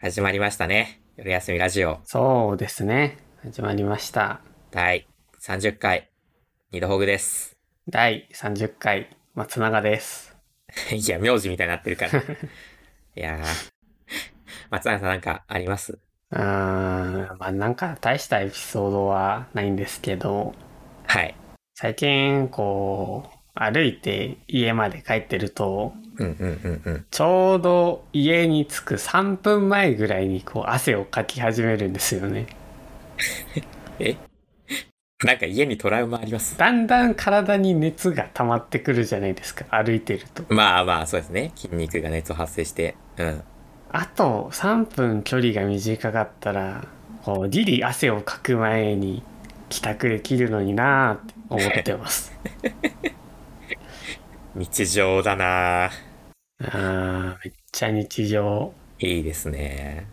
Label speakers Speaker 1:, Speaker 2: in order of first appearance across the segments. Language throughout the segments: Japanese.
Speaker 1: 始まりましたね。夜休みラジオ
Speaker 2: そうですね。始まりました。
Speaker 1: 第30回、二度ほぐです。
Speaker 2: 第30回、松永です。
Speaker 1: いや、名字みたいになってる から。いやー。松永さんなんかあります
Speaker 2: うーん、まあなんか大したエピソードはないんですけど、
Speaker 1: はい。
Speaker 2: 最近こう、歩いて家まで帰ってると、
Speaker 1: うんうんうんうん。
Speaker 2: ちょうど家に着く3分前ぐらいにこう汗をかき始めるんですよね。
Speaker 1: なんか家にトラウマあります。
Speaker 2: だんだん体に熱が溜まってくるじゃないですか、歩いてると。
Speaker 1: まあまあ、そうですね。筋肉が熱を発生して。うん。
Speaker 2: あと3分距離が短かったらこうギリ汗をかく前に帰宅できるのになーって思ってます
Speaker 1: 日常だな
Speaker 2: あーめっちゃ日常
Speaker 1: ーいいですね。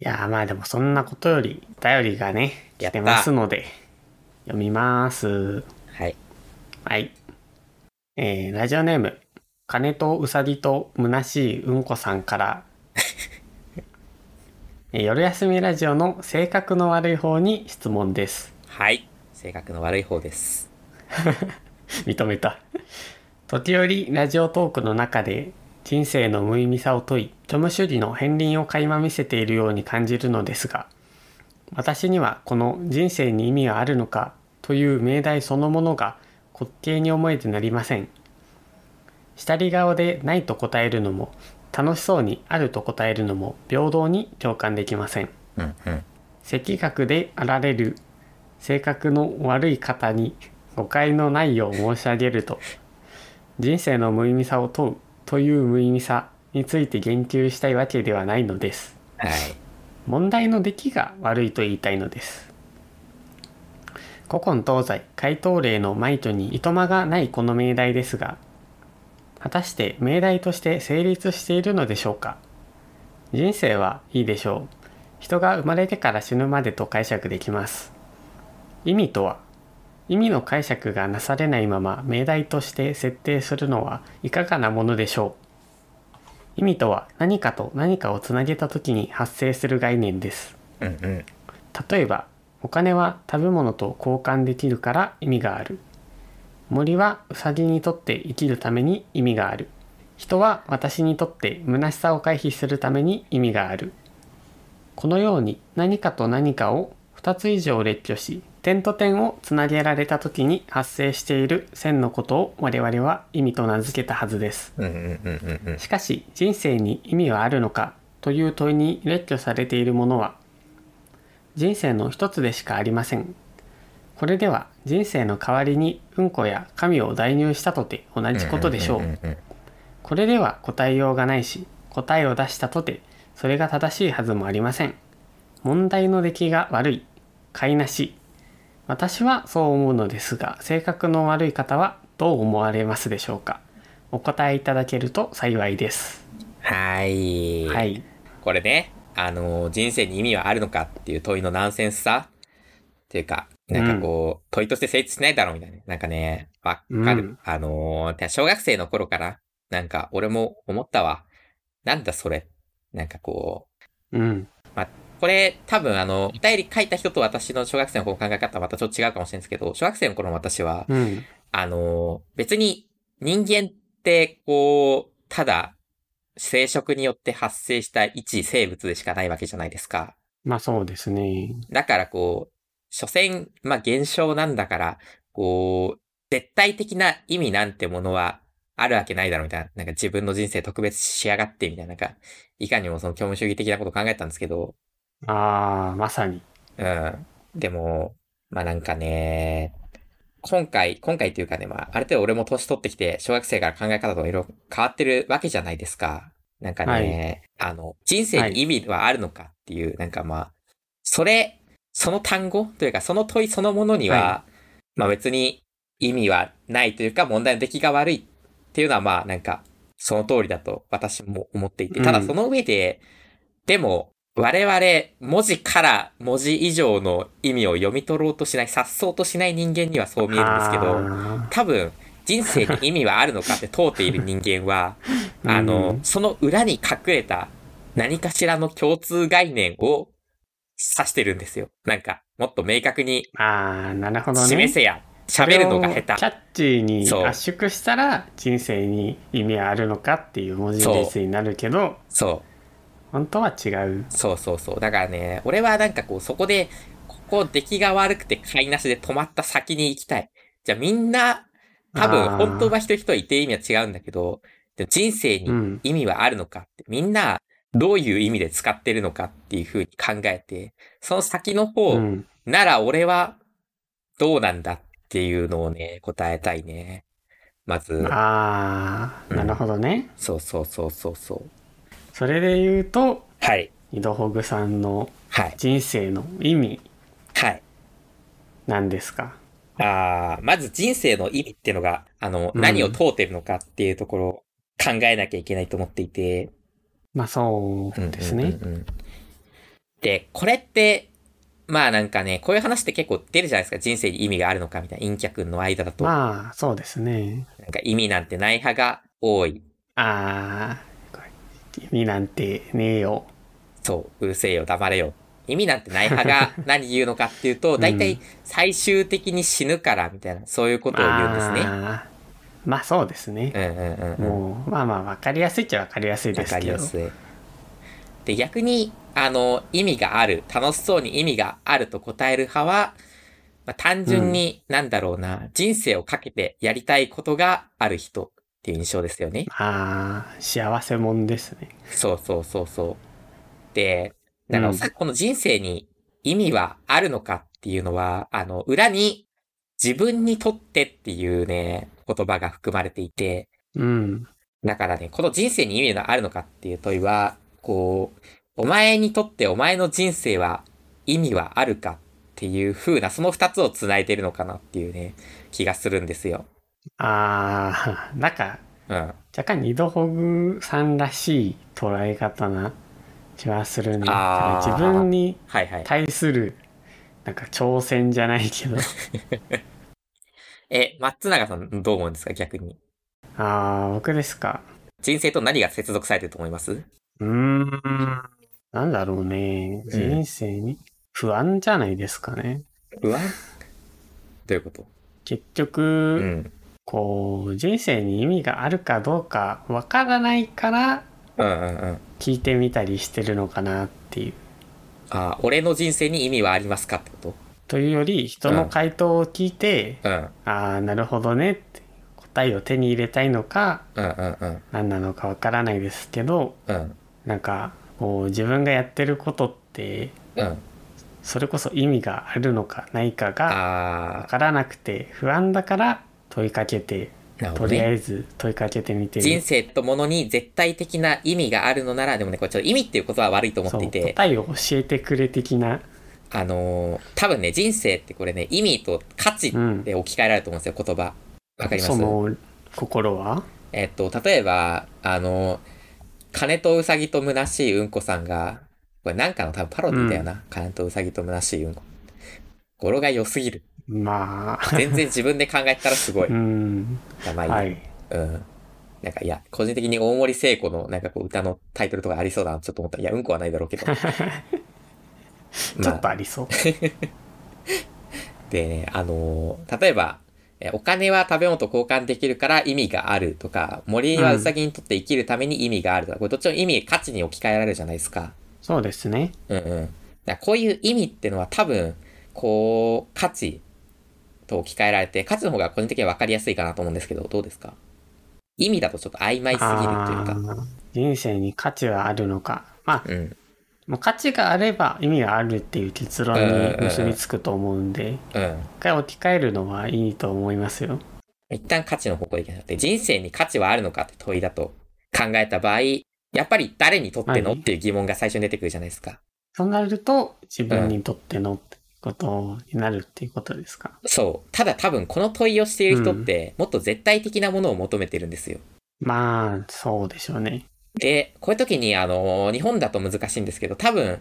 Speaker 2: いやーまあでもそんなことよりお便りがね
Speaker 1: やった
Speaker 2: 来てますので読みます
Speaker 1: はい。
Speaker 2: はいえー、ラジオネーム金とうさぎと虚しいうんこさん から、えー夜休みラジオの性格の悪い方に質問です
Speaker 1: はい。性格の悪い方です。
Speaker 2: 認めた時折ラジオトークの中で人生の無意味さを問い虚無主義の片鱗を垣間見せているように感じるのですが私にはこの「人生に意味があるのか」という命題そのものが滑稽に思えてなりません下り顔で「ない」と答えるのも楽しそうに「ある」と答えるのも平等に共感できません
Speaker 1: うんうん。
Speaker 2: 赤学であられる性格の悪い方に誤解のないよう申し上げると人生の無意味さを問うという無意味さについて言及したいわけではないのです
Speaker 1: はい。
Speaker 2: 問題の出来が悪いと言いたいのです古今東西回答例の枚挙にいとまがないこの命題ですが果たして命題として成立しているのでしょうか人生はいいでしょう人が生まれてから死ぬまでと解釈できます意味とは意味の解釈がなされないまま命題として設定するのはいかがなものでしょう意味とは何かと何かをつなげた時に発生する概念です
Speaker 1: うんうん。
Speaker 2: 例えばお金は食べ物と交換できるから意味がある森はウサギにとって生きるために意味がある人は私にとって虚しさを回避するために意味があるこのように何かと何かを2つ以上列挙し点と点をつなげられた時に発生している線のことを我々は意味と名付けたはずです
Speaker 1: うんうんうんうんうん。
Speaker 2: しかし人生に意味はあるのかという問いに列挙されているものは人生の一つでしかありません。これでは人生の代わりにうんこや神を代入したとて同じことでしょう。
Speaker 1: んうん
Speaker 2: これでは答えようがないし答えを出したとてそれが正しいはずもありません問題の出来が悪い買いなし私はそう思うのですが性格の悪い方はどう思われますでしょうかお答えいただけると幸いです
Speaker 1: はい。
Speaker 2: はい
Speaker 1: これね、あのー人生に意味はあるのかっていう問いのナンセンスさっていうか、なんかこう、問いとして成立しないだろうみたいな。なんかね、わかる。
Speaker 2: うん
Speaker 1: あのーてか小学生の頃から、なんか俺も思ったわ。なんだそれ。なんかこう、
Speaker 2: うん
Speaker 1: これ、多分あの、お便り書いた人と私の小学生の頃の考え方はまたちょっと違うかもしれないんですけど、小学生の頃の私は、
Speaker 2: うん
Speaker 1: あの、別に人間って、こう、ただ、生殖によって発生した一生物でしかないわけじゃないですか。
Speaker 2: まあそうですね
Speaker 1: だからこう、所詮、まあ現象なんだから、こう、絶対的な意味なんてものはあるわけないだろうみたいな。なんか自分の人生特別しやがってみたいな。なんか、いかにもその虚無主義的なことを考えたんですけど、
Speaker 2: ああまさに
Speaker 1: うん。でも、まあなんかね、今回、今回というかね、まあ、ある程度俺も年取ってきて、小学生から考え方といろいろ変わってるわけじゃないですか。なんかね、あの、人生に意味はあるのかっていう、なんかまあ、それ、その単語というか、その問いそのものには、
Speaker 2: は
Speaker 1: まあ別に意味はないというか、問題の出来が悪いっていうのは、まあなんか、その通りだと私も思っていて、
Speaker 2: うん
Speaker 1: ただその上で、でも、我々、文字から文字以上の意味を読み取ろうとしない、察そうとしない人間にはそう見えるんですけど、
Speaker 2: あ
Speaker 1: 多分、人生に 意味はあるのかって問うている人間は、
Speaker 2: ー
Speaker 1: あの、
Speaker 2: うん
Speaker 1: その裏に隠れた何かしらの共通概念を指してるんですよ。なんか、もっと明確に
Speaker 2: ああ、なるほどね。
Speaker 1: 示せや、喋るのが
Speaker 2: それをキ
Speaker 1: 下
Speaker 2: ャッチーに
Speaker 1: そう
Speaker 2: 圧縮したら人生に意味はあるのかっていう文字列になるけど
Speaker 1: 手。そう。
Speaker 2: 本当は違う
Speaker 1: そうそうそう。だからね、俺はなんかこう、そこで、ここ出来が悪くて買いなしで止まった先に行きたい。じゃあみんな、多
Speaker 2: あー
Speaker 1: 分、本当は一人一人いて意味は違うんだけど、でも人生
Speaker 2: う
Speaker 1: に
Speaker 2: ん
Speaker 1: 意味はあるのかって、みんな、どういう意味で使ってるのかっていう風に考えて、その先の方、
Speaker 2: うん
Speaker 1: なら俺は、どうなんだっていうのをね、答えたいね。まず、
Speaker 2: ああ
Speaker 1: うん
Speaker 2: なるほどね、
Speaker 1: そうそうそうそうそう。
Speaker 2: それで言うと
Speaker 1: はい。
Speaker 2: 井戸ホグさんの
Speaker 1: はい。
Speaker 2: 人生の意味
Speaker 1: はい。
Speaker 2: なんですか
Speaker 1: ああ、まず人生の意味っていうのが、あの、
Speaker 2: うん
Speaker 1: 何を問うてるのかっていうところを考えなきゃいけないと思っていて。
Speaker 2: まあそうですね、
Speaker 1: うんうんうんうんで、これって、まあなんかね、こういう話って結構出るじゃないですか。人生に意味があるのかみたいな。陰キャ君の間だと。なん
Speaker 2: まあそうですね
Speaker 1: か意味なんてない派が多い。
Speaker 2: ああこれ意味なんてねえよ
Speaker 1: そう、うるせえよ、黙れよ。意味なんてない派 が何言うのかっていうと、大
Speaker 2: う
Speaker 1: 体最終的に死ぬからみたいな、そういうことを言うんですね。
Speaker 2: あーまあそうですね、
Speaker 1: うんうんうんうん。
Speaker 2: もうまあまあ分かりやすいっちゃ分かりやすい
Speaker 1: わ
Speaker 2: です
Speaker 1: か
Speaker 2: け
Speaker 1: り
Speaker 2: ど
Speaker 1: やすい。で、逆に、あの、意味がある、楽しそうに意味があると答える派は、まあ、単純に、なんだろうな、人生をかけてやりたいことがある人っていう印象ですよね。
Speaker 2: ああ幸せもんですね
Speaker 1: そうそうそうそう。で、だから
Speaker 2: うん
Speaker 1: さ、この人生に意味はあるのかっていうのは、あの、裏に、自分にとってっていうね、言葉が含まれていて、
Speaker 2: うん
Speaker 1: だからね、この人生に意味があるのかっていう問いは、こう、お前にとってお前の人生は意味はあるかっていう風な、その二つを繋いでるのかなっていうね、気がするんですよ。
Speaker 2: ああなんか
Speaker 1: うん。
Speaker 2: 若干二度ほぐさんらしい捉え方な気はするね
Speaker 1: あー
Speaker 2: 自分に
Speaker 1: はいはい。
Speaker 2: 対するなんか挑戦じゃないけど
Speaker 1: え、松永さんどう思うんですか逆に。
Speaker 2: ああ僕ですか
Speaker 1: 人生と何が接続されてると思います
Speaker 2: うーんなんだろうね人生に不安じゃないですかね、
Speaker 1: 不安どういうこと
Speaker 2: 結局、
Speaker 1: うん。
Speaker 2: こう人生に意味があるかどうかわからないから
Speaker 1: うんうんうん。
Speaker 2: 聞いてみたりしてるのかなっていう。
Speaker 1: あー、俺の人生に意味はありますかってこと
Speaker 2: というより人の回答を聞いて、
Speaker 1: うん。
Speaker 2: ああなるほどねって答えを手に入れたいのか
Speaker 1: うんうんうん。
Speaker 2: 何なのかわからないですけど
Speaker 1: うん。
Speaker 2: なんかこう自分がやってることって
Speaker 1: うん。
Speaker 2: それこそ意味があるのかないかがわ
Speaker 1: あ
Speaker 2: からなくて不安だから問いかけて
Speaker 1: ー、なるほ
Speaker 2: と
Speaker 1: ど
Speaker 2: り
Speaker 1: ね
Speaker 2: あ。えず問いかけてみて
Speaker 1: 人
Speaker 2: る。
Speaker 1: 生とものに絶対的な意味があるのなら、でもね、これちょっと意味っていうことは悪いと思っ
Speaker 2: そ
Speaker 1: ていうて、
Speaker 2: 答えを教えてくれ的な
Speaker 1: あのー多分ね、人生ってこれね、意味と価値で置き換えられると思うんですよ、言葉。わかります
Speaker 2: その心は
Speaker 1: えっと、例えば、あのー金とうさぎと虚しいうんこさんが、これなんかの多分パロディだよな。金とうさぎと虚しいうんこ。語呂が良すぎる。
Speaker 2: まあ、。
Speaker 1: 全然自分で考えたらすごいう
Speaker 2: ん、
Speaker 1: 名前、
Speaker 2: はい。
Speaker 1: うん。なんか、いや、個人的に大森聖子の、なんかこう、歌のタイトルとかありそうだな、ちょっと思った。いや、うんこはないだろうけど。
Speaker 2: ちょ
Speaker 1: ま
Speaker 2: っ
Speaker 1: あ
Speaker 2: とありそう。
Speaker 1: でね、あのー例えば、えお金は食べ物と交換できるから意味があるとか、森はウサギにとって生きるために意味があるとか、これどっちも意味、価値に置き換えられるじゃないですか。
Speaker 2: そうですね。
Speaker 1: うんうん。だからこういう意味ってのは多分、こう、価値と置き換えられて、価値の方が個人的には分かりやすいかなと思うんですけど、どうですか意味だとちょっと曖昧すぎるというか。
Speaker 2: あー人生に価値はあるのか。まあ、
Speaker 1: うん。
Speaker 2: もう価値があれば意味があるっていう結論に結びつくと思うんで、
Speaker 1: うん。
Speaker 2: 一回置き換えるのはいいと思いますよ。
Speaker 1: 一旦価値の方向でいけなくて、人生に価値はあるのかって問いだと考えた場合、やっぱり誰にとっての
Speaker 2: はい
Speaker 1: っていう疑問が最初に出てくるじゃないですか。
Speaker 2: そうなると、自分にとってのってことになるっていうことですか。
Speaker 1: そう。ただ多分この問いをしている人って、もっと絶対的なものを求めてるんですよ。
Speaker 2: まあ、そうでしょうね。
Speaker 1: で、こういう時に、あの、日本だと難しいんですけど、多分、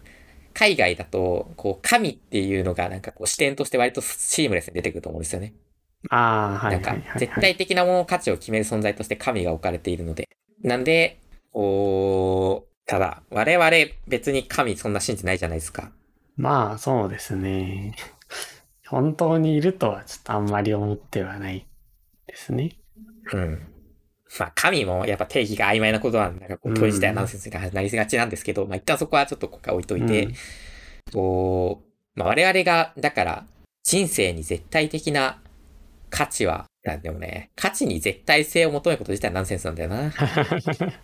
Speaker 1: 海外だと、こう、神っていうのがなんかこう視点として割とシームレスに出てくると思うんですよね。
Speaker 2: ああ、は
Speaker 1: ないん
Speaker 2: は
Speaker 1: か
Speaker 2: いは、い、
Speaker 1: 絶
Speaker 2: はい。
Speaker 1: 対的なものの価値を決める存在として神が置かれているので。なんで、こただ、我々別に神そんな信じてないじゃないですか。
Speaker 2: まあ、そうですね。 本当にいるとはちょっとあんまり思ってはないですね。
Speaker 1: うん。まあ、神もやっぱ定義が曖昧なことなんで、なんかこう、問い自体はナンセンスになりがちなんですけど、まあ一旦そこはちょっとここから置いといて、
Speaker 2: うん
Speaker 1: こう、まあ我々が、だから、人生に絶対的な価値は、なんでもね、価値に絶対性を求めること自体はナンセンスなんだよな。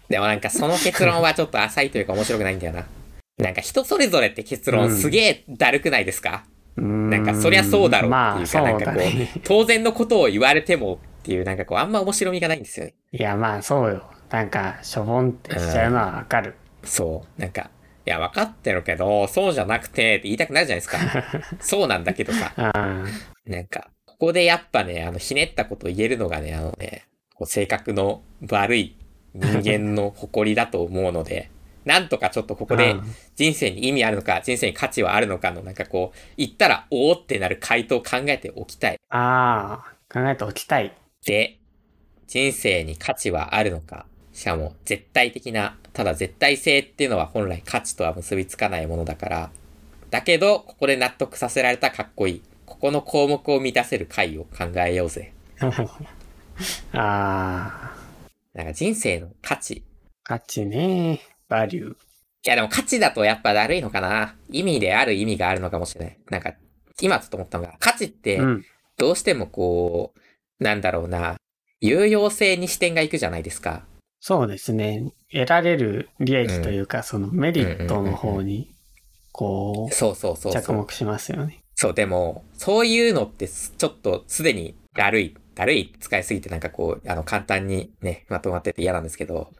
Speaker 1: でもなんかその結論はちょっと浅いというか面白くないんだよな。なんか人それぞれって結論すげえだるくないですか、
Speaker 2: な
Speaker 1: なんかそりゃそうだろう
Speaker 2: ま
Speaker 1: っていうか、
Speaker 2: あそう
Speaker 1: なんか
Speaker 2: だ
Speaker 1: こう
Speaker 2: ね。、
Speaker 1: 当然のことを言われてもっていう、なんかこう、あんま面白みがないんですよね。
Speaker 2: いやまあそうよ。なんかしょぼんってしちゃうのはわかる。
Speaker 1: そう。なんか、いや、分かってるけど、そうじゃなくて、って言いたくなるじゃない ですか。そうなんだけどさ。
Speaker 2: うん。
Speaker 1: なんか、ここでやっぱね、あの、ひねったことを言えるのがね、あのね、こう性格の悪い人間の誇りだと思うので、 なんとかちょっとここで
Speaker 2: うん
Speaker 1: 人生に意味あるのか、人生に価値はあるのかの、なんかこう、言ったら、おおってなる回答を考えておきたい。
Speaker 2: ああ、考えておきたい。
Speaker 1: で、人生に価値はあるのか、しかも絶対的な、ただ絶対性っていうのは本来価値とは結びつかないものだから、だけど、ここで納得させられたかっこいい。ここの項目を満たせる回を考えようぜ。
Speaker 2: ああ、
Speaker 1: なんか人生の価値。い
Speaker 2: 価値ね。バリュー。
Speaker 1: やでも価値だとやっぱだるいのかな。意味である意味があるのかもしれない。なんか、今ちょっと思ったのが、価値って
Speaker 2: うん。
Speaker 1: どうしてもこう、なんだろうな、有用性に視点がいくじゃないですか。
Speaker 2: そうですね。得られる利益というか、そのメリットの方に、こう、
Speaker 1: そうそうそうそう。
Speaker 2: 着目しますよね。
Speaker 1: そう、でも、そういうのってすちょっとすでにだるい、だるいって使いすぎてなんかこう、あの、簡単にね、まとまってて嫌なんですけど、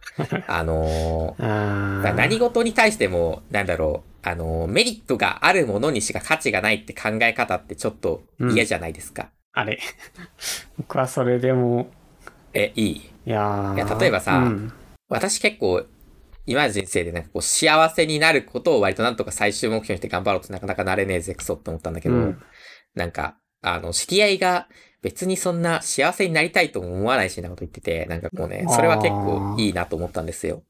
Speaker 1: あのー
Speaker 2: ああ。
Speaker 1: 何事に対しても、なんだろう、あのーメリットがあるものにしか価値がないって考え方ってちょっと嫌じゃないですか。
Speaker 2: あれ。 僕はそれでも、
Speaker 1: え、いい
Speaker 2: いやー
Speaker 1: いや例えばさ
Speaker 2: うん
Speaker 1: 私結構、今の人生でなんかこう、幸せになることを割となんとか最終目標にして頑張ろうとなかなかなれねえぜ、クソって思ったんだけど、
Speaker 2: うん
Speaker 1: なんか、あの、知り合いが別にそんな幸せになりたいとも思わないしなこと言ってて、なんかこうね、それは結構いいなと思ったんですよ。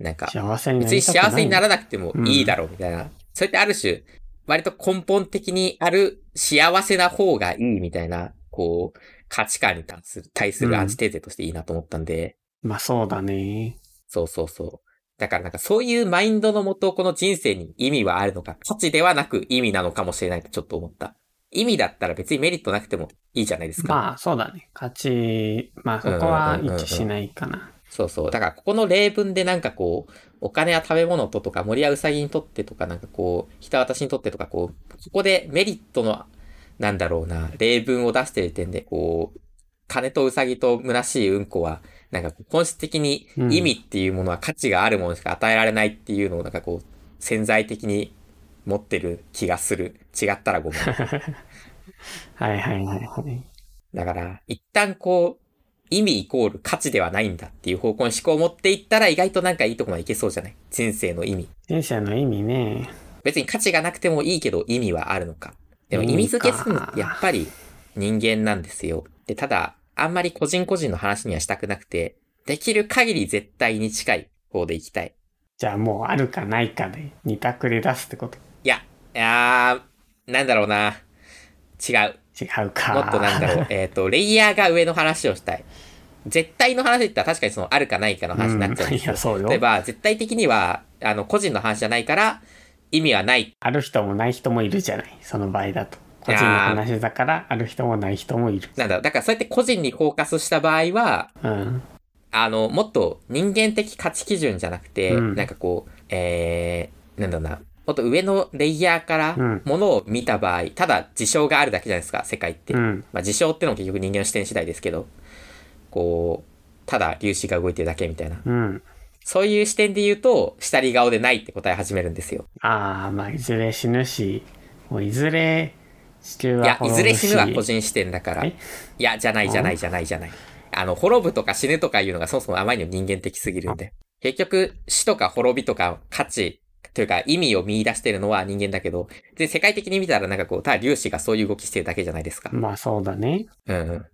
Speaker 1: なんか、
Speaker 2: 幸せにな
Speaker 1: 別に
Speaker 2: りたくない
Speaker 1: 幸せにならなくてもいいだろうみたいな。それってある種、割と根本的にある幸せな方がいいみたいな、こう、価値観に対する、対するアンチテーゼとしていいなと思ったんで、
Speaker 2: まあそうだね。
Speaker 1: そうそうそう。だからなんかそういうマインドのもと、この人生に意味はあるのか、価値ではなく意味なのかもしれないとちょっと思った。意味だったら別にメリットなくてもいいじゃないですか。
Speaker 2: まあそうだね。価値、まあそこは一致しないかな。
Speaker 1: そうそう。だからここの例文でなんかこう、お金は食べ物ととか、森はうさぎにとってとか、なんかこう、人は私にとってとか、こう、ここでメリットの、なんだろうな、例文を出してる点で、こう、金とうさぎと虚しいうんこは、なんかこう本質的に
Speaker 2: うん
Speaker 1: 意味っていうものは価値があるものしか与えられないっていうのをなんかこう潜在的に持ってる気がする。違ったらごめん。
Speaker 2: はいはいはいはい。
Speaker 1: だから、一旦こう、意味イコール価値ではないんだっていう方向に思考を持っていったら意外となんかいいとこまでいけそうじゃない人生の意味。
Speaker 2: 人生の意味ね。
Speaker 1: 別に価値がなくてもいいけど意味はあるのか。でも意味付けするのってやっぱり人間なんですよ。で、ただ、あんまり個人個人の話にはしたくなくて、できる限り絶対に近い方でいきたい。
Speaker 2: じゃあもうあるかないかで二択で出すってこと。
Speaker 1: いや、いやー、なんだろうな。違う。
Speaker 2: 違うか。
Speaker 1: もっとなんだろう、えっ、と、レイヤーが上の話をしたい。絶対の話って言ったら確かにそのあるかないかの話になっちゃうん
Speaker 2: ん、
Speaker 1: で
Speaker 2: い
Speaker 1: すよ
Speaker 2: や、そうよ
Speaker 1: 例え。ば、絶対的には、あの、個人の話じゃないから、意味はない。
Speaker 2: ある人もない人もいるじゃない。その場合だと。個人の話だから、ある人もない人もいる。
Speaker 1: なんだろう、だからそうやって個人にフォーカスした場合は、
Speaker 2: うん。
Speaker 1: あの、もっと人間的価値基準じゃなくて、
Speaker 2: うん
Speaker 1: なんかこう、えー、なんだろうな、もっと上のレイヤーから
Speaker 2: うん
Speaker 1: ものを見た場合、ただ事象があるだけじゃないですか、世界って。
Speaker 2: うん。
Speaker 1: まあ事象ってのも結局人間の視点次第ですけど、こう、ただ粒子が動いてるだけみたいな。
Speaker 2: うん。
Speaker 1: そういう視点で言うと、下り顔でないって答え始めるんですよ。
Speaker 2: ああ、まあ、いずれ死ぬし、もういずれ地球
Speaker 1: い
Speaker 2: は
Speaker 1: や、い
Speaker 2: 滅
Speaker 1: ず
Speaker 2: ぶ
Speaker 1: れ
Speaker 2: し。
Speaker 1: 死ぬは個人視点だから。い
Speaker 2: え
Speaker 1: や、じゃないじゃないじゃないじゃない。あの、滅ぶとか死ぬとかいうのがそもそもあまりにも人間的すぎるんで。結局、死とか滅びとか価値というか意味を見出してるのは人間だけど、で、世界的に見たらなんかこう、ただ粒子がそういう動きしてるだけじゃないですか。
Speaker 2: まあ、そうだね。
Speaker 1: うんうん。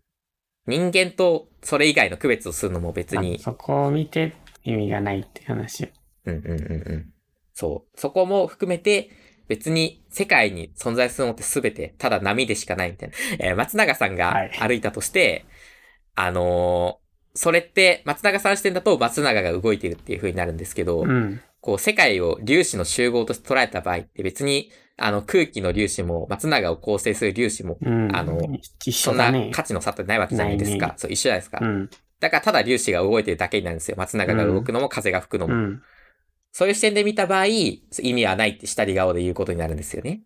Speaker 1: 人間とそれ以外の区別をするのも別に
Speaker 2: あそこを見て意味がないって話を。
Speaker 1: うんうんうんうん。そう。そこも含めて、別に世界に存在するのって全てただ波でしかないみたいな。えー松永さん
Speaker 2: は
Speaker 1: が
Speaker 2: い
Speaker 1: 歩いたとして、あのーそれって松永さん視点だと松永が動いてるっていう風になるんですけど、
Speaker 2: うん。
Speaker 1: こう世界を粒子の集合として捉えた場合って別にあの空気の粒子も松永を構成する粒子も
Speaker 2: うん。
Speaker 1: あの、
Speaker 2: 一
Speaker 1: そ
Speaker 2: 緒
Speaker 1: ん
Speaker 2: だ
Speaker 1: な
Speaker 2: ね。
Speaker 1: 価値の差ってないわけじゃないです
Speaker 2: ない
Speaker 1: か
Speaker 2: ね。
Speaker 1: そう、一緒じゃないですか
Speaker 2: う。ん。
Speaker 1: だからただ粒子が動いてるだけになるんですよ。松永が動くのも風が吹くの
Speaker 2: う
Speaker 1: も。
Speaker 2: ん。
Speaker 1: そういう視点で見た場合、意味はないって下り顔で言うことになるんですよね。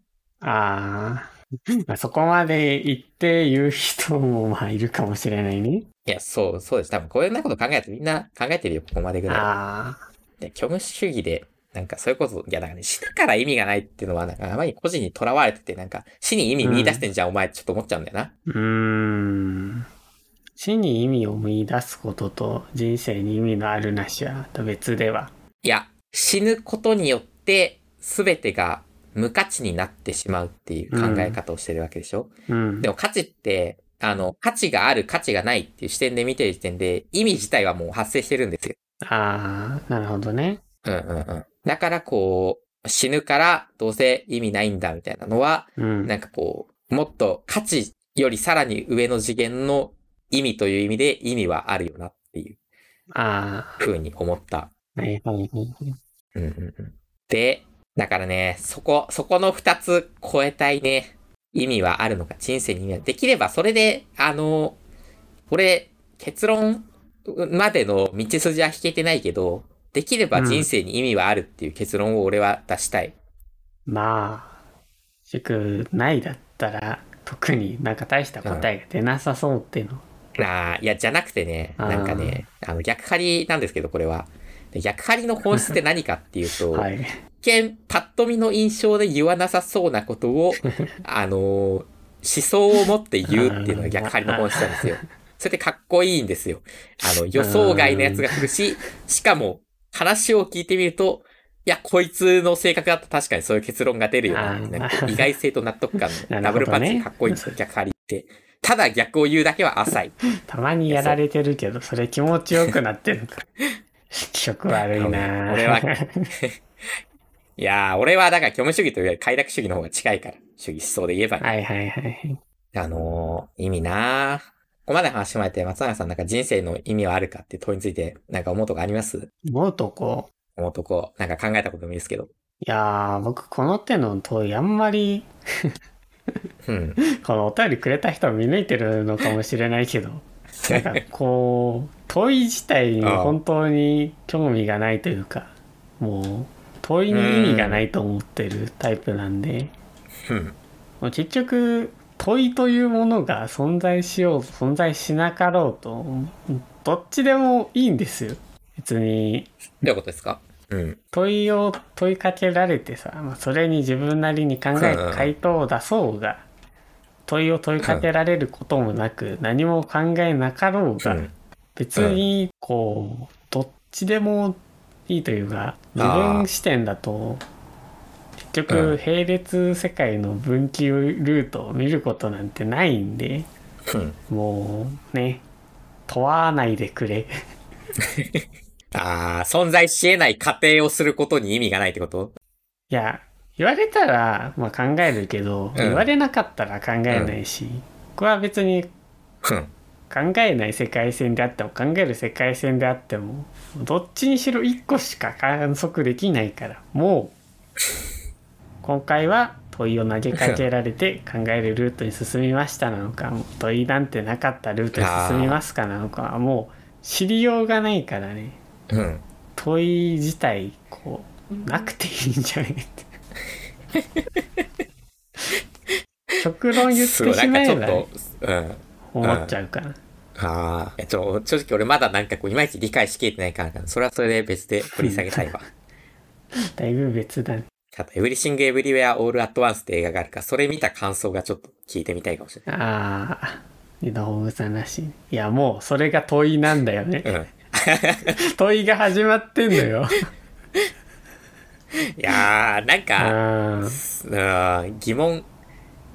Speaker 2: あーまあ。そこまで言って言う人もまあいるかもしれないね。
Speaker 1: いや、そう、そうです。多分こういうようなこと考えてみんな考えてるよ、ここまでぐら
Speaker 2: ああ。
Speaker 1: い。で、虚無主義で、なんかそういうこと、いや、だからね、死だから意味がないっていうのは、なんかあまり個人にとらわれてて、なんか死に意味見出してんじゃん、お前、ちょっと思っちゃうんだよな。
Speaker 2: うーん。死に意味を見出すことと人生に意味のあるなしはまた別では。
Speaker 1: いや、死ぬことによって、すべてが無価値になってしまうっていう考え方をしてるわけでしょ、
Speaker 2: うん。
Speaker 1: でも価値って、あの、価値がある、価値がないっていう視点で見てる時点で、意味自体はもう発生してるんですよ。
Speaker 2: ああ、なるほどね。
Speaker 1: うんうんうん。だからこう、死ぬからどうせ意味ないんだみたいなのは、
Speaker 2: うん。
Speaker 1: なんかこう、もっと価値よりさらに上の次元の意味という意味で意味はあるよなっていう
Speaker 2: あ
Speaker 1: ふうに思った
Speaker 2: あ、はいはいはいはい。
Speaker 1: で、だからね、そこ、そこの二つ超えたいね、意味はあるのか、人生に意味は。できれば、それで、あの、俺、結論までの道筋は引けてないけど、できれば人生に意味はあるっていう結論を俺は出したい。
Speaker 2: まあ、塾ないだったら、特になんか大した答えが出なさそうっていうの。
Speaker 1: ああ、いや、じゃなくてね、なんかね、あの、逆張りなんですけど、これは。で逆張りの本質って何かっていうと、
Speaker 2: はい。
Speaker 1: 一見パッと見の印象で言わなさそうなこと をあのー思想を持って言うっていうのが逆張りの本質なんですよ。それってかっこいいんですよ。あの予想外のやつが来るし、しかも話を聞いてみると、いや、こいつの性格だと確かにそういう結論が出るよな。
Speaker 2: あー
Speaker 1: なんか意外性と納得感の
Speaker 2: な
Speaker 1: ダブ
Speaker 2: る
Speaker 1: ル
Speaker 2: ほ
Speaker 1: パ
Speaker 2: どね
Speaker 1: ンチかっこいいんですよ、逆張りって。ただ逆を言うだけは浅い。
Speaker 2: たまにやられてるけど、それ気持ちよくなってるのか。気色悪いなぁ
Speaker 1: 俺は、いやー、俺はだから虚無主義というより快楽主義の方が近いから、主義思想で言えばね
Speaker 2: はいはいはい。
Speaker 1: あのー意味なーここまで話してもらって、松永さんなんか人生の意味はあるかっていう問いについて、なんか思うとこあります
Speaker 2: 思うとこ、
Speaker 1: 思うとこ、なんか考えたこともいいですけど。
Speaker 2: いやー、僕この手の問いあんまり、
Speaker 1: うん。
Speaker 2: このお便りくれた人は見抜いてるのかもしれないけど、なんかこう、問い自体に本当に興味がないというか、もう、問いに意味がないと思ってるタイプなんで、
Speaker 1: うん。
Speaker 2: もう結局、問いというものが存在しようと存在しなかろうと、どっちでもいいんですよ。別に、
Speaker 1: どういうことですかうん。
Speaker 2: 問いを問いかけられてさ、まあ、それに自分なりに考え
Speaker 1: うんうん
Speaker 2: て回答を出そうが、問いを問いかけられることもなく、何も考えなかろう
Speaker 1: う
Speaker 2: が、
Speaker 1: ん。
Speaker 2: 別にこうどっちでもいいというか
Speaker 1: あ
Speaker 2: 自
Speaker 1: ー
Speaker 2: 分視点だと結
Speaker 1: うん
Speaker 2: 局並列世界の分岐ルートを見ることなんてないんで
Speaker 1: うん。
Speaker 2: もうね問わないでくれ
Speaker 1: あー、存在し得ない過程をすることに意味がないってこと
Speaker 2: いや言われたら、まあ、考えるけど、言われなかったら考えないし、僕は別に
Speaker 1: うん。
Speaker 2: 考えない世界線であっても考える世界線であってもどっちにしろ1個しか観測できないからもう今回は問いを投げかけられて考えるルートに進みましたなのかもう問いなんてなかったルートに進みますかなのかはもう知りようがないからね
Speaker 1: うん。
Speaker 2: 問い自体こうなくていいんじゃないって極論言って
Speaker 1: すごい、な
Speaker 2: し
Speaker 1: ん
Speaker 2: ま
Speaker 1: かち
Speaker 2: え
Speaker 1: ょっ
Speaker 2: ばね
Speaker 1: と、うん。
Speaker 2: 思っちゃうから。
Speaker 1: あー、えっと、正直俺まだなんかこう、いまいち理解しきれてないから、それはそれで別で掘り下げたいわ。
Speaker 2: だいぶ別だね。
Speaker 1: あと、エブリシング・エブリウェア・オール・アット・ワンスって映画があるから、それ見た感想がちょっと聞いてみたいかもしれない。
Speaker 2: ああ、リドホームさんらしい。いや、もうそれが問いなんだよね。
Speaker 1: うん。
Speaker 2: 問いが始まってん のよ。
Speaker 1: いやー、なんか、
Speaker 2: あー
Speaker 1: うん、疑問、な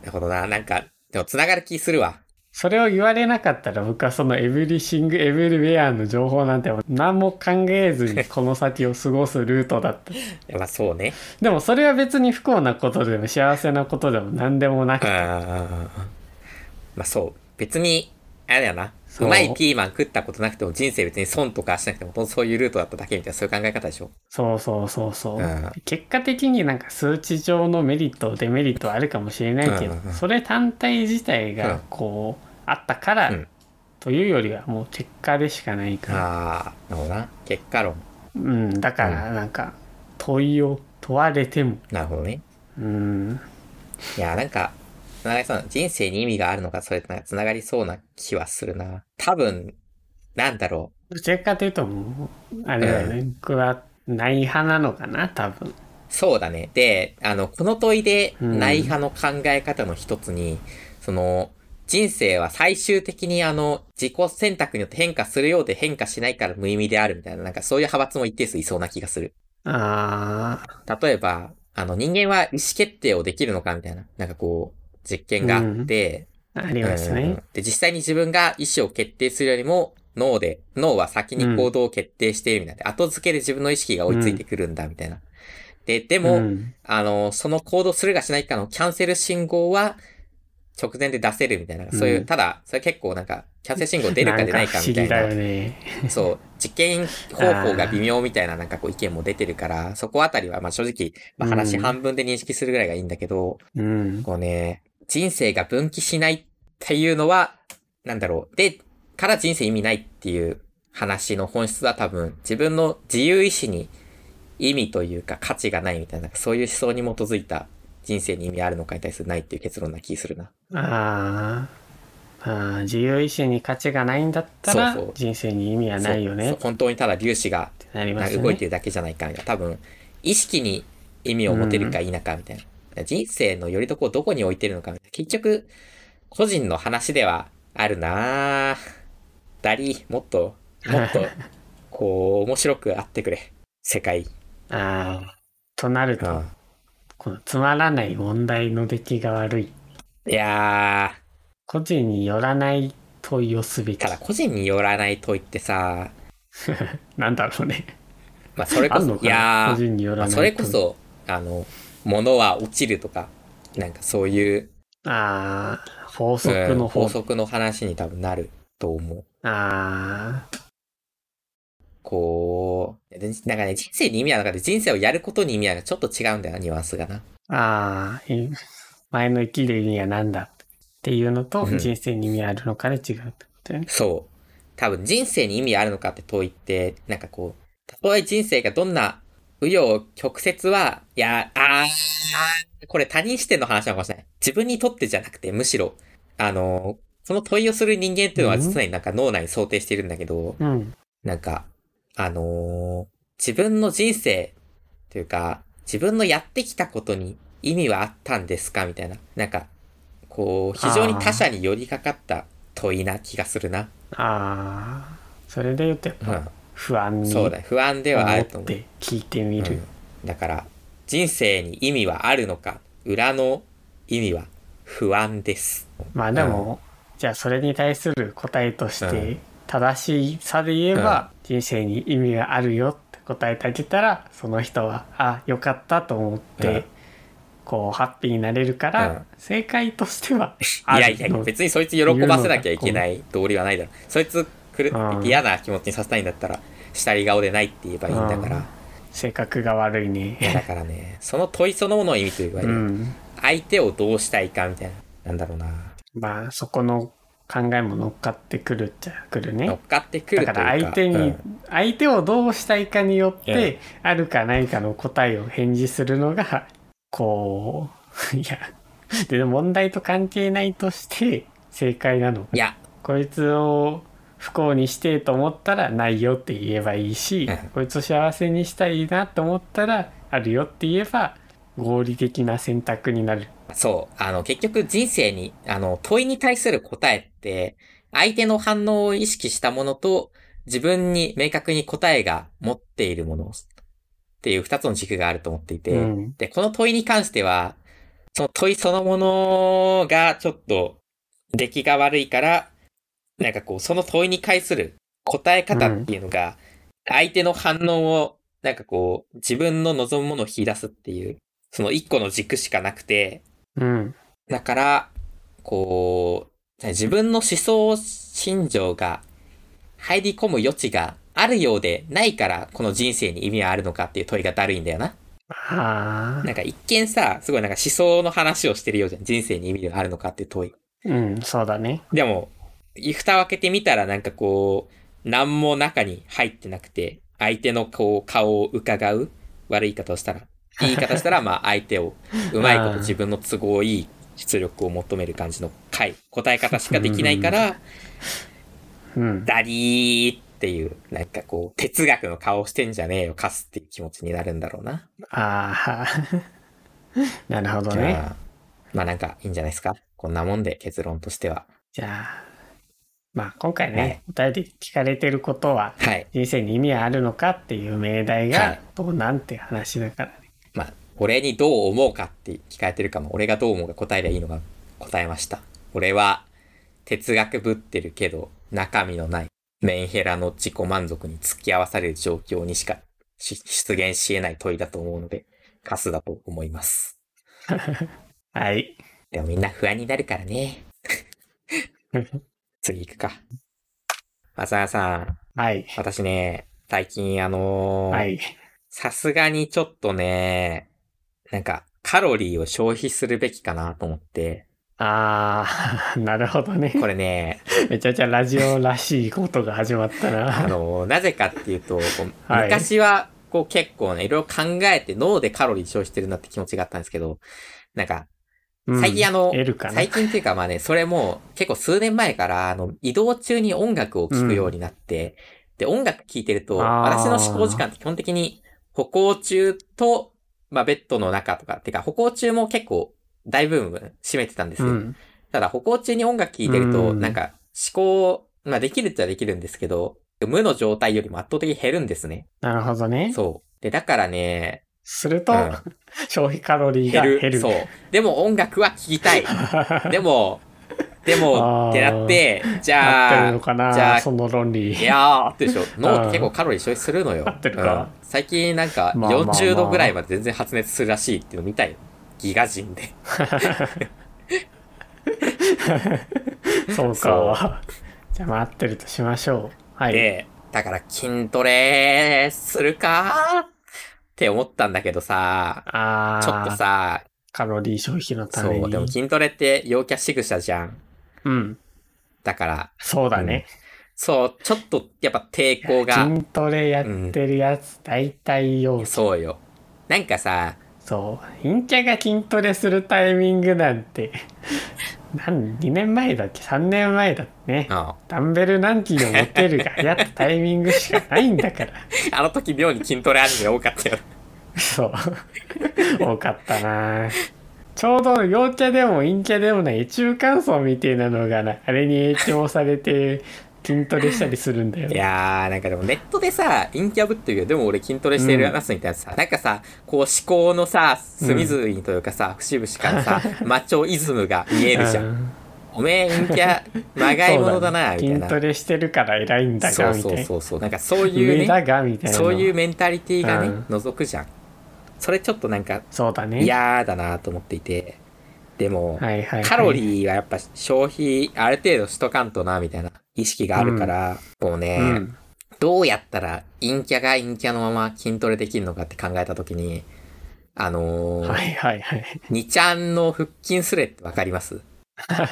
Speaker 1: るほどな、なんか、でも繋がる気するわ。
Speaker 2: それを言われなかったら僕はそのエブリシングエブリウェアの情報なんて何も考えずにこの先を過ごすルートだった。
Speaker 1: いやまあそうね。
Speaker 2: でもそれは別に不幸なことでも幸せなことでも何でもなく
Speaker 1: うんうんうんうんまあそう。別に、あれだよな。
Speaker 2: そう
Speaker 1: うまいピーマン食ったことなくても人生別に損とかしなくても、本当そういうルートだっただけみたいな、そういう考え方でしょ。
Speaker 2: そうそうそうそう、
Speaker 1: うん
Speaker 2: 結果的になんか数値上のメリットデメリットはあるかもしれないけど、
Speaker 1: うんうんうん
Speaker 2: それ単体自体
Speaker 1: うん
Speaker 2: がこう、あったから、
Speaker 1: うん
Speaker 2: というよりはもう結果でしかないから、
Speaker 1: ああ、なるほどな。結果論。
Speaker 2: うん、だからなんか問いを問われても、
Speaker 1: なるほどね。
Speaker 2: うん、
Speaker 1: いや、なんか、つながりそうな、人生に意味があるのか、それとなんかつながりそうな気はするな。多分、なんだろ
Speaker 2: どちらかというともうあれだよね、僕はない派なのかな多分
Speaker 1: う。そうだね。で、あの、この問いで、
Speaker 2: うん
Speaker 1: 内派の考え方の一つに、その、人生は最終的にあの、自己選択によって変化するようで変化しないから無意味であるみたいな、なんかそういう派閥も一定数いそうな気がする。
Speaker 2: ああ
Speaker 1: 例えば、あの、人間は意思決定をできるのかみたいな、なんかこう、実験があって、
Speaker 2: ありますね、
Speaker 1: うんで、実際に自分が意思を決定するよりも、脳で、脳は先に行動を決定しているみたいな。後付けで自分の意識が追いついてくるんだ、みたいな。で、でも、
Speaker 2: うん
Speaker 1: あの、その行動するかしないかのキャンセル信号は、直前で出せるみたいな。そういう、
Speaker 2: うん
Speaker 1: ただ、それ結構なんか、キャンセル信号出るか出ないかみたい
Speaker 2: んか不
Speaker 1: な
Speaker 2: 思議だよ。ね
Speaker 1: そう、実験方法が微妙みたいななんかこう意見も出てるから、そこあたりはまあ正直、まあ話
Speaker 2: うん
Speaker 1: 半分で認識するぐらいがいいんだけど、
Speaker 2: うん
Speaker 1: こうね、人生が分岐しないっていうのは、なんだろう。で、から人生意味ないっていう話の本質は多分、自分の自由意志に意味というか価値がないみたいな、そういう思想に基づいた人生に意味あるのかに対するないっていう結論な気するな。
Speaker 2: あーあー自由意志に価値がないんだったら
Speaker 1: そうそう
Speaker 2: 人生に意味はないよ
Speaker 1: そう
Speaker 2: ね
Speaker 1: そう
Speaker 2: っ
Speaker 1: 本当にただ粒子が
Speaker 2: てなりま
Speaker 1: なん
Speaker 2: す
Speaker 1: か
Speaker 2: よ
Speaker 1: 動いて
Speaker 2: ね。
Speaker 1: るだけじゃないかみたいな。多分、意識に意味を持てるか否かみたいな。人生のよりどこをどこに置いてるのかみたいな。結局、個人の話ではあるなぁ。ダリー、もっと、も っと、こう、面白くあってくれ。世界。
Speaker 2: ああとなる
Speaker 1: う
Speaker 2: と
Speaker 1: ん。
Speaker 2: このつまらない問題の出来が悪い
Speaker 1: いや
Speaker 2: 個人によらない問いをすべ
Speaker 1: ー、
Speaker 2: き
Speaker 1: ただ個人によらないと言ってさ、
Speaker 2: なんだろうね
Speaker 1: まあ、それ
Speaker 2: あ
Speaker 1: こ
Speaker 2: ん
Speaker 1: そ、
Speaker 2: の
Speaker 1: い
Speaker 2: かな
Speaker 1: や
Speaker 2: 個
Speaker 1: ー、
Speaker 2: 人によ
Speaker 1: ま
Speaker 2: ら
Speaker 1: あ
Speaker 2: ない問い
Speaker 1: それこそ、あの、物は落ちるとか、なんかそういう、
Speaker 2: ああ法則
Speaker 1: うん
Speaker 2: の法
Speaker 1: 法則の話に多分なると思う。
Speaker 2: ああ
Speaker 1: こう、でなんかね、人生に意味ある中で人生をやることに意味あるのちょっと違うんだよな、ニュアンスがな。
Speaker 2: ああい前の生きる意味は何だっていうのと
Speaker 1: うん
Speaker 2: 人生に意味あるのかで違うってことよね
Speaker 1: そう。多分人生に意味あるのかって問いって、なんかこう、たとえ人生がどんな紆余曲折は、いや、あー、これ他人視点の話なのかもしれない。自分にとってじゃなくて、むしろ、あの、その問いをする人間っていうのは常になんか脳内に想定しているんだけど、
Speaker 2: うん
Speaker 1: なんか、あのー自分の人生というか、自分のやってきたことに意味はあったんですかみたいな。なんか、こう、非常に他者に寄りかかった問いな気がするな。
Speaker 2: ああそれで言うとやっぱ
Speaker 1: う
Speaker 2: 不安
Speaker 1: ん。
Speaker 2: に
Speaker 1: そうだ、不安ではあ
Speaker 2: 思
Speaker 1: る
Speaker 2: っ
Speaker 1: と思う。
Speaker 2: て聞いてみる、
Speaker 1: うんだから、人生に意味はあるのか、裏の意味は不安です。
Speaker 2: まあでも、じゃあそれに対する答えとし
Speaker 1: う
Speaker 2: て正しさで言えば、人生に意味があるよって答えてあげたらその人はあよかったと思って、
Speaker 1: うん
Speaker 2: こうハッピーになれるか
Speaker 1: うん
Speaker 2: ら、正解としてはあ
Speaker 1: い
Speaker 2: る
Speaker 1: や
Speaker 2: の
Speaker 1: いや、別にそいつ喜ばせなきゃいけない道理はないだろ。そいつくる
Speaker 2: うん
Speaker 1: 嫌な気持ちにさせたいんだったら、下り顔でないって言えばいいんだから。
Speaker 2: 性格が悪い
Speaker 1: いや
Speaker 2: ね。
Speaker 1: だからね、その問いそのものの意味というより
Speaker 2: う
Speaker 1: は、
Speaker 2: ん、
Speaker 1: 相手をどうしたいかみたいな、なんだろうな。
Speaker 2: まあそこの考えも乗っかってくるっちゃくる
Speaker 1: 乗っ
Speaker 2: ね。
Speaker 1: かってくる
Speaker 2: だ
Speaker 1: という
Speaker 2: か
Speaker 1: か。
Speaker 2: ら相手に、
Speaker 1: うん
Speaker 2: 相手をどうしたいかによって、あるかないかの答えを返事するのがこう いやで問題と関係ないとして正解なの
Speaker 1: いや、
Speaker 2: こいつを不幸にしてえと思ったらないよって言えばいいし、
Speaker 1: うん
Speaker 2: こいつを幸せにしたいなと思ったらあるよって言えば合理的な選択になる
Speaker 1: そう、あの、結局人生に、あの、問いに対する答えって、相手の反応を意識したものと、自分に明確に答えが持っているものっていう二つの軸があると思っていて、
Speaker 2: うん
Speaker 1: で、この問いに関しては、その問いそのものがちょっと、出来が悪いから、なんかこう、その問いに対する答え方っていうのが、相手の反応を、なんかこう、自分の望むものを引き出すっていう、その一個の軸しかなくて、
Speaker 2: うん。
Speaker 1: だから、こう、自分の思想、心情が入り込む余地があるようでないから、この人生に意味はあるのかっていう問いがだるいんだよな。
Speaker 2: あ あ
Speaker 1: なん。か一見さ、すごいなんか思想の話をしてるようじゃん。人生に意味があるのかっていう問い。
Speaker 2: うん、そうだね。
Speaker 1: でも、蓋を開けてみたらなんかこう、何も中に入ってなくて、相手のこう、顔を伺う悪い言い方をしたら。いい言い方したら、まあ相手を、うまいこ
Speaker 2: あー
Speaker 1: と自分の都合いい出力を求める感じの回、答え方しかできないから、
Speaker 2: うん。
Speaker 1: ダリーっていう、なんかこう、哲学の顔してんじゃねえよ、かすっていう気持ちになるんだろうな。
Speaker 2: ああ。 なるほど
Speaker 1: じ
Speaker 2: ね。
Speaker 1: ゃあ、まあなんかいいんじゃないですか。こんなもんで結論としては。
Speaker 2: じゃあ、まあ今回
Speaker 1: は
Speaker 2: ね
Speaker 1: い、
Speaker 2: お便りで聞かれてることは、
Speaker 1: はい。
Speaker 2: 人生に意味はあるのかっていう命題
Speaker 1: は
Speaker 2: が
Speaker 1: い
Speaker 2: どうなんて話だからね。
Speaker 1: まあ、俺にどう思うかって聞かれてるかも、俺がどう思うか答えりゃいいのが答えました。俺は、哲学ぶってるけど、中身のない、メンヘラの自己満足に付き合わされる状況にしかし出現し得ない問いだと思うので、カスだと思います。
Speaker 2: はい。
Speaker 1: でもみんな不安になるから ね。次行くか。浅田さん、
Speaker 2: はい。
Speaker 1: 私ね、最近あのー
Speaker 2: はい。
Speaker 1: さすがにちょっとね、なんか、カロリーを消費するべきかなと思って、
Speaker 2: ああ、 なるほどね。
Speaker 1: これ ね、
Speaker 2: めちゃくちゃラジオらしいことが始まっ た
Speaker 1: あ
Speaker 2: な。
Speaker 1: の、なぜかっていうと、こう
Speaker 2: はい
Speaker 1: 昔は、こう結構ね、いろいろ考えて脳でカロリー消費してるなって気持ちがあったんですけど、なんか、
Speaker 2: うん
Speaker 1: 最近あの
Speaker 2: 得るかな
Speaker 1: 最。近っていうかまあね、それも結構数年前から、あの、移動中に音楽を聴くようになって、で、音楽聴いてると、
Speaker 2: あー
Speaker 1: 私の思考時間って基本的に歩行中と、まあベッドの中とか、っていうか歩行中も結構大部分占めてたんです
Speaker 2: う
Speaker 1: よ。
Speaker 2: ん。
Speaker 1: ただ歩行中に音楽聴いてると、
Speaker 2: うん
Speaker 1: なんか思考、まあできるっちゃできるんですけど、無の状態よりも圧倒的に減るんですね。
Speaker 2: なるほどね。
Speaker 1: そう。で、だからね、
Speaker 2: すると、
Speaker 1: うん
Speaker 2: 消費カロリーが
Speaker 1: 減る。
Speaker 2: 減る。
Speaker 1: そう。でも音楽は聴き たい。でも、でも、
Speaker 2: あー
Speaker 1: ってなって、じ
Speaker 2: 合って
Speaker 1: ゃ
Speaker 2: る
Speaker 1: あ
Speaker 2: の、かな
Speaker 1: じゃあ
Speaker 2: その論理。
Speaker 1: いやー、合って るでしょ。脳っ
Speaker 2: うん
Speaker 1: て結構カロリー消費するのよ。
Speaker 2: 合ってるか
Speaker 1: うん最近なんか
Speaker 2: まあまあまあ
Speaker 1: 40度ぐらいまで全然発熱するらしいっていうの見たいよ。ギガ人で。
Speaker 2: そう
Speaker 1: そう
Speaker 2: か。 じゃあ待ってるとしましょう。はい。
Speaker 1: で、だから筋トレするかーって思ったんだけどさ、
Speaker 2: ああ、
Speaker 1: ちょっとさ、
Speaker 2: カロリー消費のために。
Speaker 1: そう、でも筋トレって陽キャ仕草じゃん。
Speaker 2: うん。
Speaker 1: だから、
Speaker 2: そうだね。
Speaker 1: そう、ちょっとやっぱ抵抗が、
Speaker 2: 筋トレやってるやつ、大体要素。
Speaker 1: そうよ。なんかさ、
Speaker 2: そう。陰キャが筋トレするタイミングなんて、 なん2年前だっけ ?3 年前だってね
Speaker 1: う。ん
Speaker 2: ダンベル何キロ持てるが流行ったタイミングしかないんだから。
Speaker 1: あの時妙に筋トレアニメ多か ったよ。
Speaker 2: そう。多かったなちょうど陽キャでも陰キャでもない中間層みたいなのがな、あれに影響されて筋トレしたりするんだよ
Speaker 1: い
Speaker 2: ね。
Speaker 1: やー、なんかでもネットでさ、陰キャブっていうけど、でも俺筋トレしてるやつみたいなさ、なんかさ、こう思考のさ、隅々というかさ、節々からさ、マチョイズムが見えるじゃん。
Speaker 2: ん。
Speaker 1: おめえ陰キャ、まがいものだな、みたい
Speaker 2: 筋
Speaker 1: な。
Speaker 2: トレしてるから偉いんだ
Speaker 1: そ
Speaker 2: が、
Speaker 1: う
Speaker 2: み
Speaker 1: そ
Speaker 2: たいうな。
Speaker 1: そうそう。なんかそういう
Speaker 2: 上だ
Speaker 1: ね、
Speaker 2: が、みたいなの。
Speaker 1: そういうメンタリティがね
Speaker 2: うん、
Speaker 1: 覗くじゃん。それちょっとなんか、
Speaker 2: そうだね。
Speaker 1: 嫌だなと思っていて。でも、
Speaker 2: はいはいはい、
Speaker 1: カロリーはやっぱ消費、ある程度しとかんとな、みたいな意識があるから、もうね、
Speaker 2: うん。
Speaker 1: どうやったら陰キャが陰キャのまま筋トレできるのかって考えたときに、あのー、
Speaker 2: はいはい はい。
Speaker 1: 2ちゃんの腹筋スレってわかります
Speaker 2: あ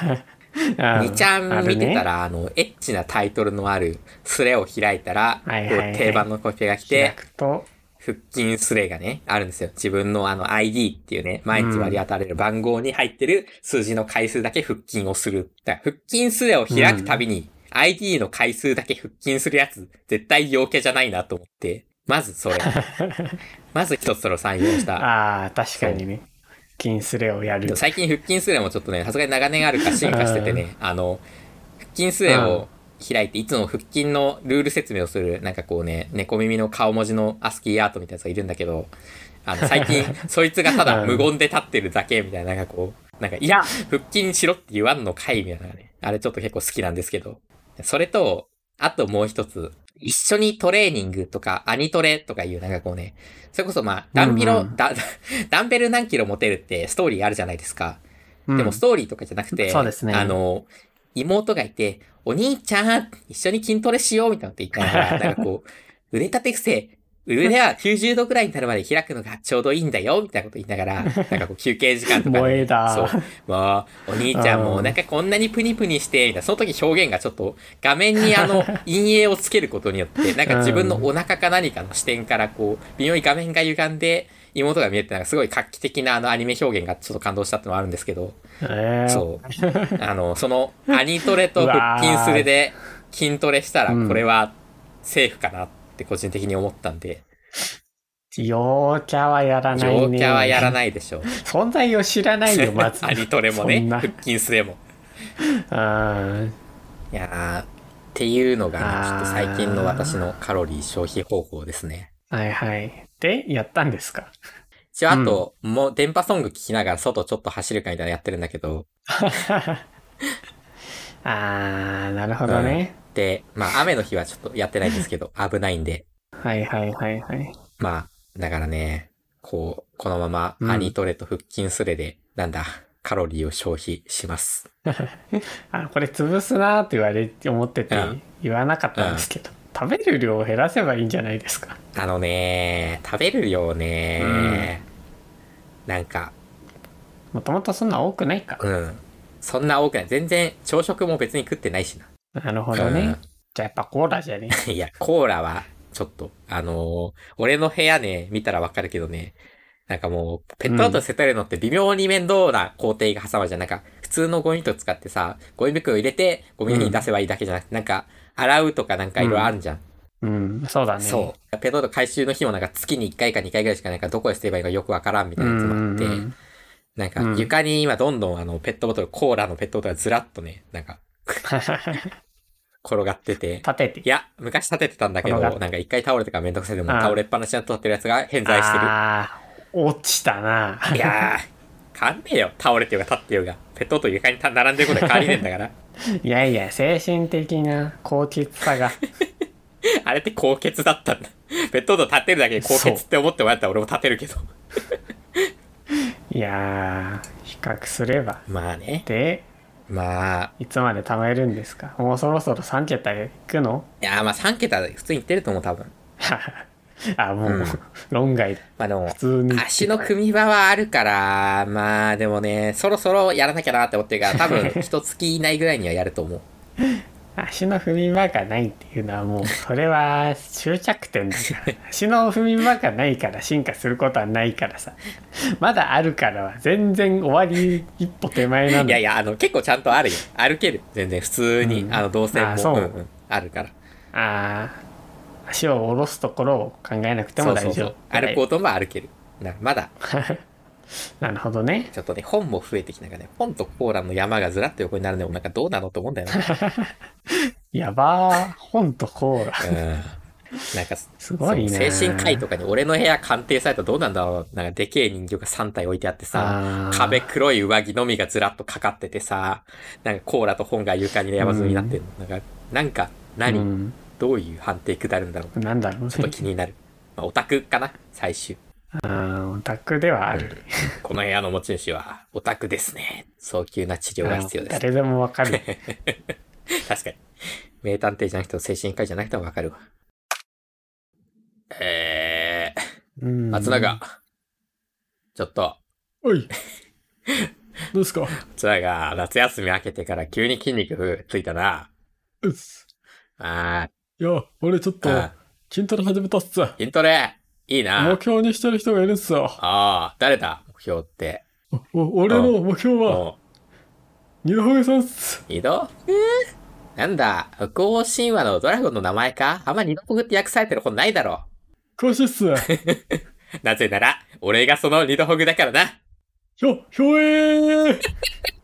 Speaker 1: ?2 ちゃ
Speaker 2: あ
Speaker 1: ん
Speaker 2: る
Speaker 1: 見て
Speaker 2: ね
Speaker 1: たら、あの、エッチなタイトルのあるスレを開いたら、
Speaker 2: はいはいはい
Speaker 1: こう定番のコピペが来
Speaker 2: 開
Speaker 1: て、
Speaker 2: くと、
Speaker 1: 腹筋スレがね、あるんですよ。自分のあの ID っていうね、毎日割り当たれる番号に入ってる数字の回数だけ腹筋をする。だから腹筋スレを開くたびに、ID の回数だけ腹筋するやつ、絶対陽キャじゃないなと思って、まずそれ。まず一つそれを採用した。
Speaker 2: ああ、確かにね。筋スレをやる。
Speaker 1: 最近腹筋スレもちょっとね、さすがに長年あるから進化しててね、あの、腹筋スレを開いて、いつも腹筋のルール説明をする、なんかこうね、猫耳の顔文字のアスキーアートみたいなやつがいるんだけど、あの、最近、そいつがただ無言で立ってるだけみたいな、なんかこう、なんか、いや、腹筋しろって言わんのかいみたいなね。あれちょっと結構好きなんですけど。それと、あともう一つ、一緒にトレーニングとか、アニトレとかいうなんかこうね、それこそまあ、ダンビロ、
Speaker 2: うんうん
Speaker 1: ダダンベル何キロ持てるってストーリーあるじゃないですか。
Speaker 2: うん
Speaker 1: でもストーリーとかじゃなくて、
Speaker 2: そうですね
Speaker 1: あの、妹がいて、お兄ちゃん、一緒に筋トレしようみたいなこと言った ら、なんかこう、腕立て伏せ、腕は90度くらいになるまで開くのがちょうどいいんだよ、みたいなこと言いながら、なんかこう休憩時間とか、
Speaker 2: 萌えだ
Speaker 1: そう。もう、お兄ちゃんも
Speaker 2: う
Speaker 1: うんなんかこんなにプニプニして、みたいな、その時表現がちょっと画面に あの、陰影をつけることによって、なんか自分のお腹か何かの視点からこう、微妙に画面が歪んで、妹が見えて、なんかすごい画期的なあのアニメ表現がちょっと感動したってのもあるんですけど、
Speaker 2: えー、
Speaker 1: そう。 あの、その、アニトレと腹筋するで筋トレしたら、これはセーフかなって個人的に思ったんで、
Speaker 2: 陽キャはやらないね。
Speaker 1: 上下はや らないでしょう。
Speaker 2: 存在を知ら ないよ、まず。
Speaker 1: アニトレも
Speaker 2: そ
Speaker 1: ね
Speaker 2: ん、な
Speaker 1: 腹筋すれも。
Speaker 2: うん。
Speaker 1: いやー、っていうのがね、ちょっと最近の私のカロリー消費方法ですね。
Speaker 2: はいはい。で、やったんですか
Speaker 1: 一応あと、もう電波ソング聴きながら外ちょっと走るかみたいなのやってるんだけど、
Speaker 2: あー、なるほどね。
Speaker 1: で、まあ雨の日はちょっとやってないんですけど、危ないんで、
Speaker 2: はいはいはいはい。
Speaker 1: まあ、だからね、こう、このま
Speaker 2: うん
Speaker 1: まアニトレと腹筋スレで、なんだ、カロリーを消費します。
Speaker 2: あ、これ潰すなーって言われ、思ってて
Speaker 1: うん、
Speaker 2: 言わなかったんですけど、食べる量を減らせばいいんじゃないですか。
Speaker 1: あのね、食べる量ね、なんか、
Speaker 2: もともとそんな多くないか。
Speaker 1: うん、そんな多くない。全然朝食も別に食ってないしな。
Speaker 2: なるほど
Speaker 1: うん
Speaker 2: ね。じゃあやっぱコーラじゃね。
Speaker 1: いや、コーラは、ちょっと、あのー俺の部屋ね、見たらわかるけどね、なんかもう、ペットボトル捨てるのって微妙に面倒な工程が挟まるじゃん。なんか、普通のゴミと使ってさ、ゴミ袋入れて、ゴミに出せばいいだけじゃなくて、なんか、洗うとかなんかいろいろあるじゃん。
Speaker 2: うん、そうだね。
Speaker 1: そう。ペットボトル回収の日もなんか月に1回か2回ぐらいしかなんかどこで捨てればいいのかよくわからんみた
Speaker 2: う
Speaker 1: いなやつ
Speaker 2: ん。う
Speaker 1: もあっ
Speaker 2: ん
Speaker 1: て、
Speaker 2: うん。
Speaker 1: なんか
Speaker 2: うん
Speaker 1: 床に今どんどんあのペットボトル、コーラのペットボトルがずらっとね、なんか転がってて、
Speaker 2: 立てて
Speaker 1: い。や、昔立ててたんだけど、
Speaker 2: 転
Speaker 1: な
Speaker 2: がっ
Speaker 1: んか一回倒れてからめんどくさいでも
Speaker 2: ああ
Speaker 1: 倒れっぱなしになっとってるやつが偏在してる。
Speaker 2: あー、落ちたな。
Speaker 1: いやー、変わんねえよ。倒れてようが立ってようが。ペットと床にた並んでることは変わりねえんだから。
Speaker 2: いやいや、精神的な高潔 さが。
Speaker 1: あれって高血だったんだ。ペットと立てるだけで高血って思ってもらったら俺も立てるけど。
Speaker 2: いやー、比較すれば。
Speaker 1: まあね。
Speaker 2: で、
Speaker 1: まあ、
Speaker 2: いつまで貯めるんですかもうそろそろ3桁いくの
Speaker 1: いやーまあ3桁で普通にいってると思う、多分。
Speaker 2: あ、もう、
Speaker 1: うん
Speaker 2: 論外だ。
Speaker 1: まあでも
Speaker 2: 普、通に。
Speaker 1: 足の組み場はあるから、まあでもね、そろそろやらなきゃなって思ってるから、多 分一月以内ぐらいにはやると思う。
Speaker 2: 足の踏み場がないっていうのはもう、それは終着点だから。足の踏み場がないから進化することはないからさ。まだあるからは全然終わり一歩手前なん
Speaker 1: い
Speaker 2: だ
Speaker 1: やいや、あの、結構ちゃんとあるよ。歩ける。全然、普通に。
Speaker 2: うん
Speaker 1: あの、動線
Speaker 2: あ
Speaker 1: も。
Speaker 2: そうん
Speaker 1: んあるから。
Speaker 2: あー足を下ろすところを考えなくても大丈夫。
Speaker 1: 歩こうとも歩ける。なまだ、
Speaker 2: なるほどね。
Speaker 1: ちょっとね、本も増えてきたからね、本とコーラの山がずらっと横になるのもなんかどうなのと思うんだよな。
Speaker 2: やばー、本とコーラ。
Speaker 1: うん。なんか、
Speaker 2: すごいね。
Speaker 1: そう精神科医とかに俺の部屋鑑定されたらどうなんだろう。なんかでけえ人形が3体置いてあってさ、
Speaker 2: あー
Speaker 1: 壁黒い上着のみがずらっとかかっててさ、なんかコーラと本が床に山積みになってるの。なんか、なんか何、
Speaker 2: うん
Speaker 1: どういう判定下るんだろう。
Speaker 2: なんだろうね
Speaker 1: ちょっと気になる。まあ、オタクかな最終。
Speaker 2: あーオタクではある。
Speaker 1: この部屋の持ち主は、オタクですね。早急な治療が必要です。
Speaker 2: 誰でもわ かる。
Speaker 1: 確かに。名探偵じゃなくても精神科医じゃなくてもわかるわ。えー、
Speaker 2: うん
Speaker 1: 松永。。ちょっと、
Speaker 2: おい。どうすか
Speaker 1: 松永、夏休み明けてから急に筋肉ついたな。
Speaker 3: うっす。
Speaker 1: あ
Speaker 3: いや、俺ちょっと
Speaker 1: ー、あ
Speaker 3: 筋トレ始めたっす。
Speaker 1: ー、筋トレいいな
Speaker 3: 目。標にしてる人がいるっすよ。
Speaker 1: ああ、誰だ目標って。
Speaker 3: お俺の目標は、
Speaker 1: も
Speaker 3: ニューホゲさんっす。
Speaker 1: う、二度えーなんだ、北欧神話のドラゴンの名前かあんま二度こぐって訳されてることないだろう。
Speaker 3: 詳しいっす。ひ
Speaker 1: なぜなら、俺がその二度ほぐだからな。
Speaker 3: ょ、ひょえー